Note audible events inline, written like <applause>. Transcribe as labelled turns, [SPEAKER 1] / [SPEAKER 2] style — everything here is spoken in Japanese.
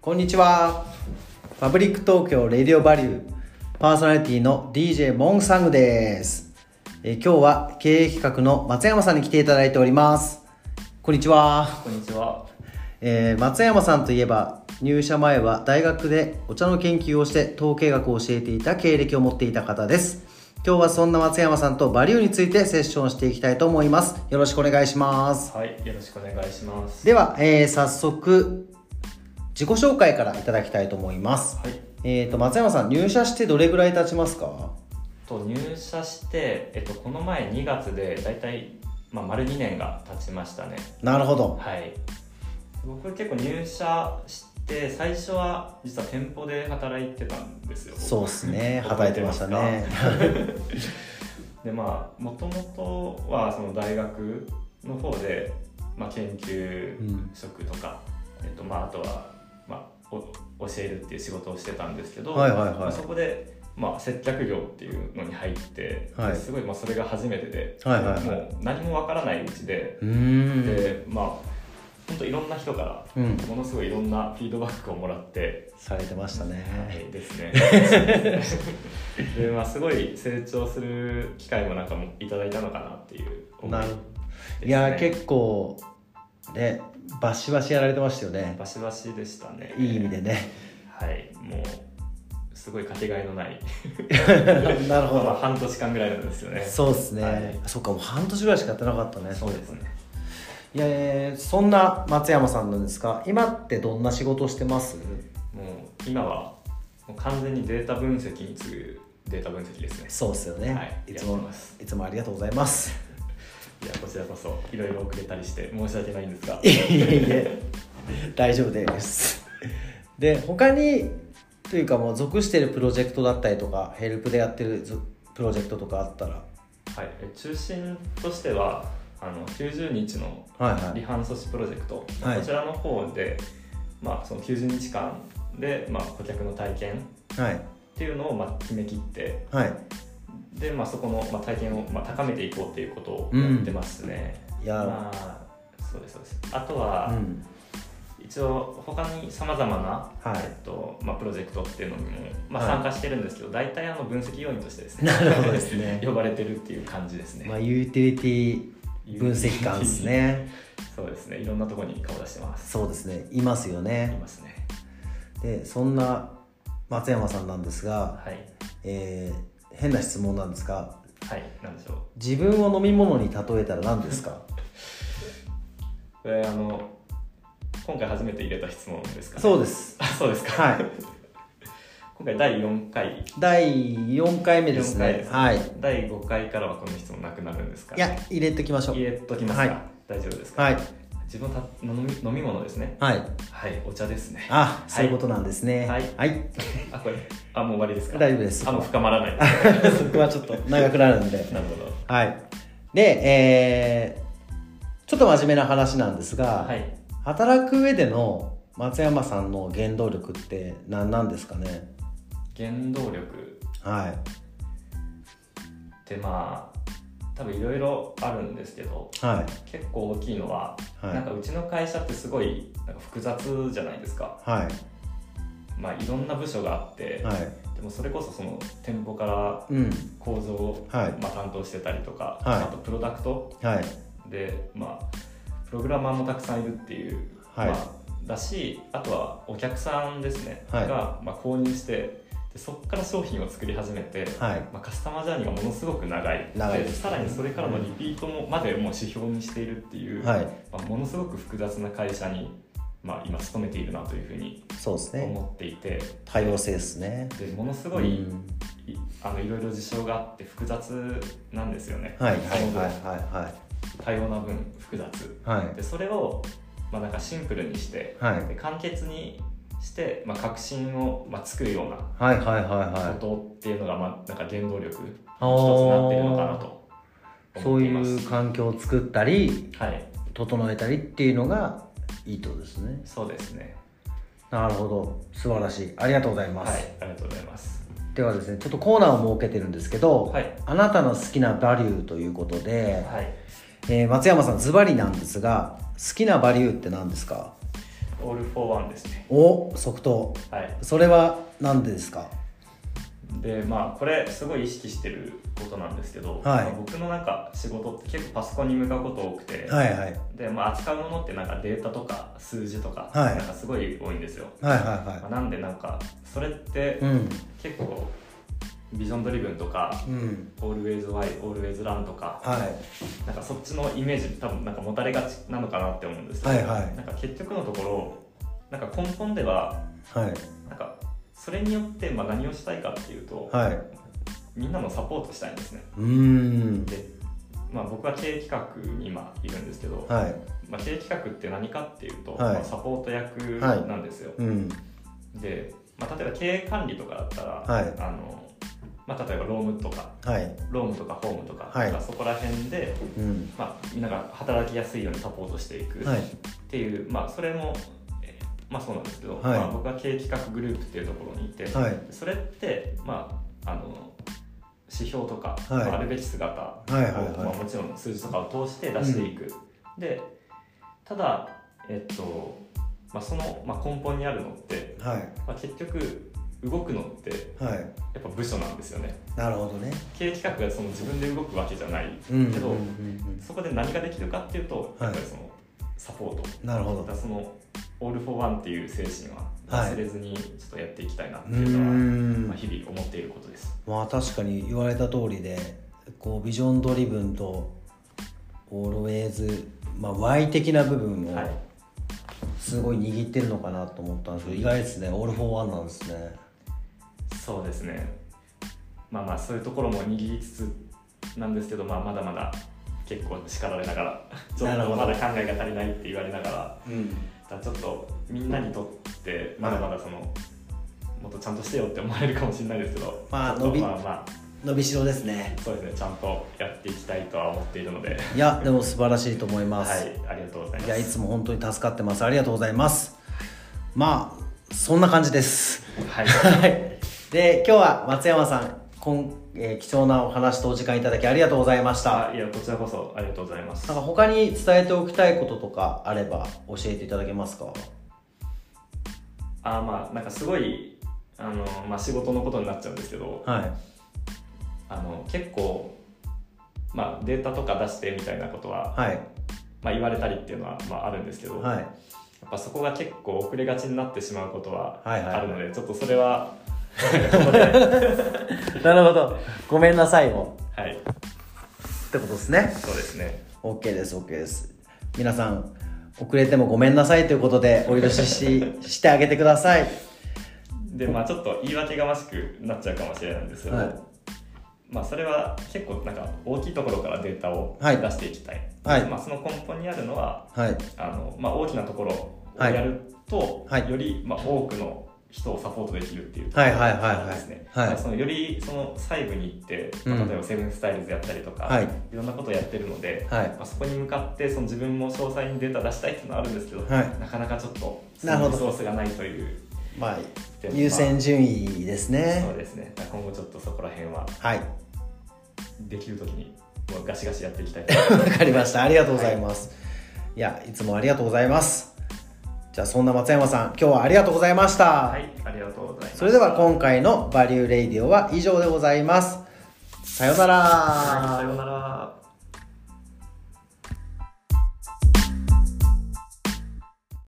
[SPEAKER 1] こんにちはパブリック東京レディオバリューパーソナリティの DJ モンサングですえー今日は経営企画の松山さんに来ていただいておりますこんにちは、
[SPEAKER 2] こんにちは。
[SPEAKER 1] えー松山さんといえば入社前は大学でお茶の研究をして統計学を教えていた経歴を持っていた方です今日はそんな松山さんとバリューについてセッションしていきたいと思いますよろしくお願いします
[SPEAKER 2] はい、よろしくお願いします。
[SPEAKER 1] では、えー早速自己紹介からいただきたいと思います、
[SPEAKER 2] はい。
[SPEAKER 1] えー、と松山さん入社してどれぐらい経ちますか
[SPEAKER 2] と入社して、えっとこの前2月でだいたいまあ丸2年が経ちましたね。
[SPEAKER 1] なるほど
[SPEAKER 2] はい。僕結構入社して最初は実は店舗で働いてたんですよ。
[SPEAKER 1] そうですね
[SPEAKER 2] 覚
[SPEAKER 1] 働
[SPEAKER 2] え
[SPEAKER 1] いてました
[SPEAKER 2] ますか
[SPEAKER 1] ね
[SPEAKER 2] でまあもともとはその大学の方で、まあ、研究
[SPEAKER 1] うん
[SPEAKER 2] 職とか、えっとまあ、あとは、まあ、お教えるっていう仕事をしてたんですけど、
[SPEAKER 1] はいはいはい
[SPEAKER 2] まあそこで、まあ、接客業っていうのに入って、
[SPEAKER 1] はい
[SPEAKER 2] ですごい、まあ、それが初めてで、
[SPEAKER 1] はいはいはい
[SPEAKER 2] もう何もわからないうちで,、
[SPEAKER 1] うーん
[SPEAKER 2] でまあ本当いろんな人から
[SPEAKER 1] うん
[SPEAKER 2] ものすごいいろんなフィードバックをもらって。
[SPEAKER 1] されてましたね
[SPEAKER 2] はいですね。 <laughs> でまあすごい成長する機会もなんかもいただいたのかなっていう思い
[SPEAKER 1] な
[SPEAKER 2] で
[SPEAKER 1] る
[SPEAKER 2] す、ね。
[SPEAKER 1] いやー結構ねバシバシやられてましたよね
[SPEAKER 2] バシバシでしたね。
[SPEAKER 1] いい意味でね
[SPEAKER 2] はいもうすごいかけがえのない。
[SPEAKER 1] なるほ
[SPEAKER 2] まあ
[SPEAKER 1] ど
[SPEAKER 2] 半年間ぐらいなんですよね。
[SPEAKER 1] そうですね、
[SPEAKER 2] はい
[SPEAKER 1] そっかもう半年ぐらいしかやってなかったね
[SPEAKER 2] そうですね。
[SPEAKER 1] いやえーそんな松山さんなんですが今ってどんな仕事をしてます
[SPEAKER 2] もう今はもう完全にデータ分析に次ぐデータ分析ですね。
[SPEAKER 1] そうですよね、
[SPEAKER 2] はい
[SPEAKER 1] いつ
[SPEAKER 2] やっ
[SPEAKER 1] も
[SPEAKER 2] てます
[SPEAKER 1] いつもありがとうございます
[SPEAKER 2] いやこちらこそいろいろ遅れたりして申し訳ないんですが
[SPEAKER 1] い。えいえ大丈夫ですで他にというかもう属してるプロジェクトだったりとかヘルプでやってるずプロジェクトとかあったら
[SPEAKER 2] はい、え中心としてはあの90日の
[SPEAKER 1] はいはい
[SPEAKER 2] 離反阻止プロジェクト、
[SPEAKER 1] はい
[SPEAKER 2] こちらの方で、まあ、その90日間で、まあ、顧客の体験っ
[SPEAKER 1] はい
[SPEAKER 2] ていうのを、まあ、決め切って
[SPEAKER 1] はい
[SPEAKER 2] で、まあ、そこの、まあ、体験を、まあ、高めていこうっていうことをやってますね、
[SPEAKER 1] いや、
[SPEAKER 2] まあそうですそうですあとは、
[SPEAKER 1] うん
[SPEAKER 2] 一応他にさまざまな
[SPEAKER 1] はい
[SPEAKER 2] えっとまあ、プロジェクトっていうのにも、まあ、
[SPEAKER 1] はい
[SPEAKER 2] 参加してるんですけど、大体あの分析要員としてですね
[SPEAKER 1] なるほどですね
[SPEAKER 2] <laughs> 呼ばれてるっていう感じですね、
[SPEAKER 1] まあユーティリティ分析官ですね
[SPEAKER 2] そうですねいろんなところに顔出してます
[SPEAKER 1] そうですねいますよ
[SPEAKER 2] い
[SPEAKER 1] ね
[SPEAKER 2] ますね
[SPEAKER 1] でそんな松山さんなんですが、
[SPEAKER 2] はい
[SPEAKER 1] えー変な質問なんですが
[SPEAKER 2] はいなんでしょう
[SPEAKER 1] 自分を飲み物に例えたら何ですか
[SPEAKER 2] これあの今回初めて入れた質問ですか、ね、
[SPEAKER 1] そうですす
[SPEAKER 2] そうですか、
[SPEAKER 1] はい
[SPEAKER 2] 今回第4回
[SPEAKER 1] 第4回目です
[SPEAKER 2] 四回
[SPEAKER 1] ね
[SPEAKER 2] です
[SPEAKER 1] はい
[SPEAKER 2] 第5回からはこの質問なくなるんですか
[SPEAKER 1] いや入れてきましょう
[SPEAKER 2] 入れときます
[SPEAKER 1] は
[SPEAKER 2] か、
[SPEAKER 1] い
[SPEAKER 2] 大丈夫ですか、
[SPEAKER 1] はい
[SPEAKER 2] 自分のた飲み飲み物ですね
[SPEAKER 1] はい
[SPEAKER 2] はいお茶ですね
[SPEAKER 1] あ
[SPEAKER 2] はい
[SPEAKER 1] そういうことなんですね
[SPEAKER 2] はい
[SPEAKER 1] はい、 <laughs>
[SPEAKER 2] あこれあもう終わりですか
[SPEAKER 1] 大丈夫です
[SPEAKER 2] あもう深まらない <laughs>
[SPEAKER 1] そこはちょっと長くなるんで
[SPEAKER 2] なるほど
[SPEAKER 1] はいでえーちょっと真面目な話なんですが、
[SPEAKER 2] はい
[SPEAKER 1] 働く上での松山さんの原動力って何なんですかね
[SPEAKER 2] 原動力
[SPEAKER 1] は
[SPEAKER 2] ってまあ多分いろいろあるんですけど
[SPEAKER 1] いはい
[SPEAKER 2] 結構大きいのは、
[SPEAKER 1] はい
[SPEAKER 2] なんかうちの会社ってすごいなんか複雑じゃないですか、
[SPEAKER 1] は
[SPEAKER 2] まあ、いろんな部署があって、
[SPEAKER 1] いはい
[SPEAKER 2] でもそれこそその店舗から
[SPEAKER 1] うん
[SPEAKER 2] 構造を、
[SPEAKER 1] はい
[SPEAKER 2] まあ、担当してたりとか、
[SPEAKER 1] はい
[SPEAKER 2] あとプロダクト
[SPEAKER 1] はい
[SPEAKER 2] で、まあ、プログラマーもたくさんいるっていう、
[SPEAKER 1] はい
[SPEAKER 2] まあ、だしあとはお客さんですね、
[SPEAKER 1] はい
[SPEAKER 2] が、まあ、購入してでそこから商品を作り始めて、
[SPEAKER 1] はい
[SPEAKER 2] まあ、カスタマージャーニーがものすごく長い
[SPEAKER 1] 長いです
[SPEAKER 2] さらにそれからのリピートもまでもう指標にしているっていう、
[SPEAKER 1] はい
[SPEAKER 2] まあ、ものすごく複雑な会社に、まあ、今勤めているなというふうに
[SPEAKER 1] そうですね
[SPEAKER 2] 思っていて、
[SPEAKER 1] 多様性ですね
[SPEAKER 2] でものす
[SPEAKER 1] う
[SPEAKER 2] ごい、
[SPEAKER 1] ん
[SPEAKER 2] いあのいろいろ事象があって複雑なんですよね、
[SPEAKER 1] はいはい
[SPEAKER 2] その分
[SPEAKER 1] はいはい
[SPEAKER 2] 多様な分複雑
[SPEAKER 1] はいはい
[SPEAKER 2] でそれを、まあ、なんかシンプルにして
[SPEAKER 1] はい
[SPEAKER 2] で簡潔にして、まあ、革新を、まあ、作るような
[SPEAKER 1] はいはいはい
[SPEAKER 2] こ
[SPEAKER 1] は
[SPEAKER 2] とっていうのが、まあ、なんか原動力の一つに
[SPEAKER 1] あー
[SPEAKER 2] なってるのかなと
[SPEAKER 1] いそ
[SPEAKER 2] 思っ
[SPEAKER 1] う
[SPEAKER 2] ています
[SPEAKER 1] いう環境を作ったり
[SPEAKER 2] はい
[SPEAKER 1] 整えたりっていうのがいいってことですね
[SPEAKER 2] そうですね
[SPEAKER 1] なるほど素晴らしいありがとうございま
[SPEAKER 2] は
[SPEAKER 1] す、
[SPEAKER 2] いありがとうございます
[SPEAKER 1] ではですねちょっとコーナーを設けてるんですけど、
[SPEAKER 2] はい
[SPEAKER 1] あなたの好きなバリューということで、
[SPEAKER 2] はい
[SPEAKER 1] えー松山さんズバリなんですが好きなバリューって何ですか
[SPEAKER 2] オール・フォー・ワンですね
[SPEAKER 1] お即答
[SPEAKER 2] はい
[SPEAKER 1] それは何でですか
[SPEAKER 2] でまあこれすごい意識してることなんですけど、
[SPEAKER 1] はい
[SPEAKER 2] まあ僕のなんか仕事って結構パソコンに向かうこと多くて、
[SPEAKER 1] はいはいはい
[SPEAKER 2] でまあ、扱うものってなんかデータとか数字とか,、
[SPEAKER 1] はい
[SPEAKER 2] なんかすごい多いんですよ、
[SPEAKER 1] はい
[SPEAKER 2] ま
[SPEAKER 1] は
[SPEAKER 2] あなんでなんかそれって
[SPEAKER 1] いうん
[SPEAKER 2] 結構ビジョンドリブンとか
[SPEAKER 1] うん
[SPEAKER 2] 「always why always run」とか
[SPEAKER 1] は
[SPEAKER 2] なんかそっちのイメージ多分なんか持たれがちなのかなって思うんですけど、
[SPEAKER 1] はいはい
[SPEAKER 2] なんか結局のところなんか根本ではい
[SPEAKER 1] はい
[SPEAKER 2] なんかそれによってまあ何をしたいかっていうと、
[SPEAKER 1] はい
[SPEAKER 2] みんなのサポートしたいんですね
[SPEAKER 1] うーん
[SPEAKER 2] で、まあ、僕は経営企画に今いるんですけど、
[SPEAKER 1] はい
[SPEAKER 2] まあ、経営企画って何かっていうと、
[SPEAKER 1] はい
[SPEAKER 2] まあサポート役なんですよ、
[SPEAKER 1] うん
[SPEAKER 2] で、まあ、例えば経営管理とかだったら、
[SPEAKER 1] はい
[SPEAKER 2] あのまあ、例えばロームとか
[SPEAKER 1] はい
[SPEAKER 2] ロームとかホームとか,、
[SPEAKER 1] はい
[SPEAKER 2] そこら辺で、
[SPEAKER 1] うん
[SPEAKER 2] まあ、みんなが働きやすいようにサポートしていくっ
[SPEAKER 1] はい
[SPEAKER 2] ていう、まあ、それも、えーまあ、そうなんですけど、
[SPEAKER 1] はい
[SPEAKER 2] まあ、僕は経営企画グループっていうところにいて、
[SPEAKER 1] はい
[SPEAKER 2] それって、まあ、あの指標とか、
[SPEAKER 1] はい
[SPEAKER 2] まああるべき姿を、
[SPEAKER 1] いはいはい
[SPEAKER 2] まあ、もちろん数字とかを通して出していく、でただ、えっとまあ、その、まあ、根本にあるのって、
[SPEAKER 1] はい
[SPEAKER 2] まあ、結局動くのってや
[SPEAKER 1] はい
[SPEAKER 2] っぱ部署なんですよね
[SPEAKER 1] なるほどね
[SPEAKER 2] 経営企画がその自分で動くわけじゃない
[SPEAKER 1] うん
[SPEAKER 2] けど、
[SPEAKER 1] うんうん
[SPEAKER 2] そこで何ができるかっていうと
[SPEAKER 1] はい
[SPEAKER 2] やっぱりそのサポート、
[SPEAKER 1] うんなるほ
[SPEAKER 2] ま
[SPEAKER 1] ど
[SPEAKER 2] たそのオール・フォー・ワンっていう精神は忘れずにちょっとやっていきたいなって
[SPEAKER 1] うー
[SPEAKER 2] いうのは、
[SPEAKER 1] ん
[SPEAKER 2] まあ、日々思っていることです。
[SPEAKER 1] まあ確かに言われた通りでこうビジョンドリブンとオールウェイズ、まあ、Y 的な部分
[SPEAKER 2] はい
[SPEAKER 1] をすごい握ってるのかなと思ったんですけど意外ですねオール・フォー・ワンなんですね
[SPEAKER 2] そうですねまあまあそういうところも握りつつなんですけど、まあ、まだまだ結構叱られな
[SPEAKER 1] <laughs>
[SPEAKER 2] がらちょ
[SPEAKER 1] なる
[SPEAKER 2] っ
[SPEAKER 1] ほ
[SPEAKER 2] と
[SPEAKER 1] ど
[SPEAKER 2] まだ考えが足りないって言われながら
[SPEAKER 1] うん
[SPEAKER 2] だからちょっとみんなにとってまだまだその、もっとちゃんとしてよって思われるかもしれないですけど
[SPEAKER 1] まあ
[SPEAKER 2] ちょっと
[SPEAKER 1] 伸び
[SPEAKER 2] まあま
[SPEAKER 1] 伸びしろですね
[SPEAKER 2] あそうですねちゃんとやっていきたいとは思っているので
[SPEAKER 1] いやでも素晴らしいと思いま
[SPEAKER 2] は
[SPEAKER 1] す、
[SPEAKER 2] いありがとうござい
[SPEAKER 1] い、
[SPEAKER 2] ま
[SPEAKER 1] やい
[SPEAKER 2] す
[SPEAKER 1] つも本当に助かってますありがとうございますまあそんな感じです <laughs>
[SPEAKER 2] はい
[SPEAKER 1] はいで今日は松山さんこん、えー貴重なお話とお時間いただきありがとうございました
[SPEAKER 2] あいやこちらこそありがとうございます
[SPEAKER 1] なんか他に伝えておきたいこととかあれば教えていただけますか
[SPEAKER 2] あまあなんかすごいあの、まあ、仕事のことになっちゃうんですけど、
[SPEAKER 1] はい
[SPEAKER 2] あの結構、まあ、データとか出してみたいなことは、
[SPEAKER 1] はい
[SPEAKER 2] まあ、言われたりっていうのは、まあ、あるんですけど、
[SPEAKER 1] は
[SPEAKER 2] や
[SPEAKER 1] い
[SPEAKER 2] っぱそこが結構遅れがちになってしまうことは
[SPEAKER 1] はいはい
[SPEAKER 2] あるので、ちょっとそれは、 <laughs>
[SPEAKER 1] なるほどごめんなさいを <laughs>
[SPEAKER 2] はい、
[SPEAKER 1] ってことですね
[SPEAKER 2] そうですね。
[SPEAKER 1] OK です OK です皆さん遅れてもごめんなさいということでお許し <laughs> ししてあげてください
[SPEAKER 2] で、まあ、ちょっと言い訳がましくなっちゃうかもしれないんですけど、
[SPEAKER 1] はい
[SPEAKER 2] まあ、それは結構なんか大きいところからデータを
[SPEAKER 1] はい
[SPEAKER 2] 出していきたい、
[SPEAKER 1] はい
[SPEAKER 2] まあ、その根本にあるのは
[SPEAKER 1] はい
[SPEAKER 2] あの、まあ、大きなところを
[SPEAKER 1] はい
[SPEAKER 2] やると、
[SPEAKER 1] はい
[SPEAKER 2] より、まあ、多くの人をサポートできるっていうとこ
[SPEAKER 1] は
[SPEAKER 2] ろ
[SPEAKER 1] いはいはいはい
[SPEAKER 2] ですね、
[SPEAKER 1] はい
[SPEAKER 2] まあそのよりその細部に行って、
[SPEAKER 1] うん
[SPEAKER 2] まあ例えばセブンスタイルズやったりとか、
[SPEAKER 1] はい
[SPEAKER 2] ろんなことをやってるので、
[SPEAKER 1] はい
[SPEAKER 2] まあ、そこに向かってその自分も詳細にデータ出したいっていうのはあるんですけど、
[SPEAKER 1] はい
[SPEAKER 2] なかなかちょっとそ
[SPEAKER 1] なるほ
[SPEAKER 2] の
[SPEAKER 1] ど
[SPEAKER 2] リソースがないという
[SPEAKER 1] まあ
[SPEAKER 2] で
[SPEAKER 1] 優先順位ですね
[SPEAKER 2] そうですねだから今後ちょっとそこら辺は
[SPEAKER 1] はい
[SPEAKER 2] できる時にもうガシガシやっていきたい
[SPEAKER 1] <laughs> わかりましたありがとうございます、い、やいつもありがとうございますじゃあそんな松山さん今日はありがとうございました、
[SPEAKER 2] はいありがとうございます
[SPEAKER 1] それでは今回の「バリューレイディオ」は以上でございます。さようなら。
[SPEAKER 2] はいさようなら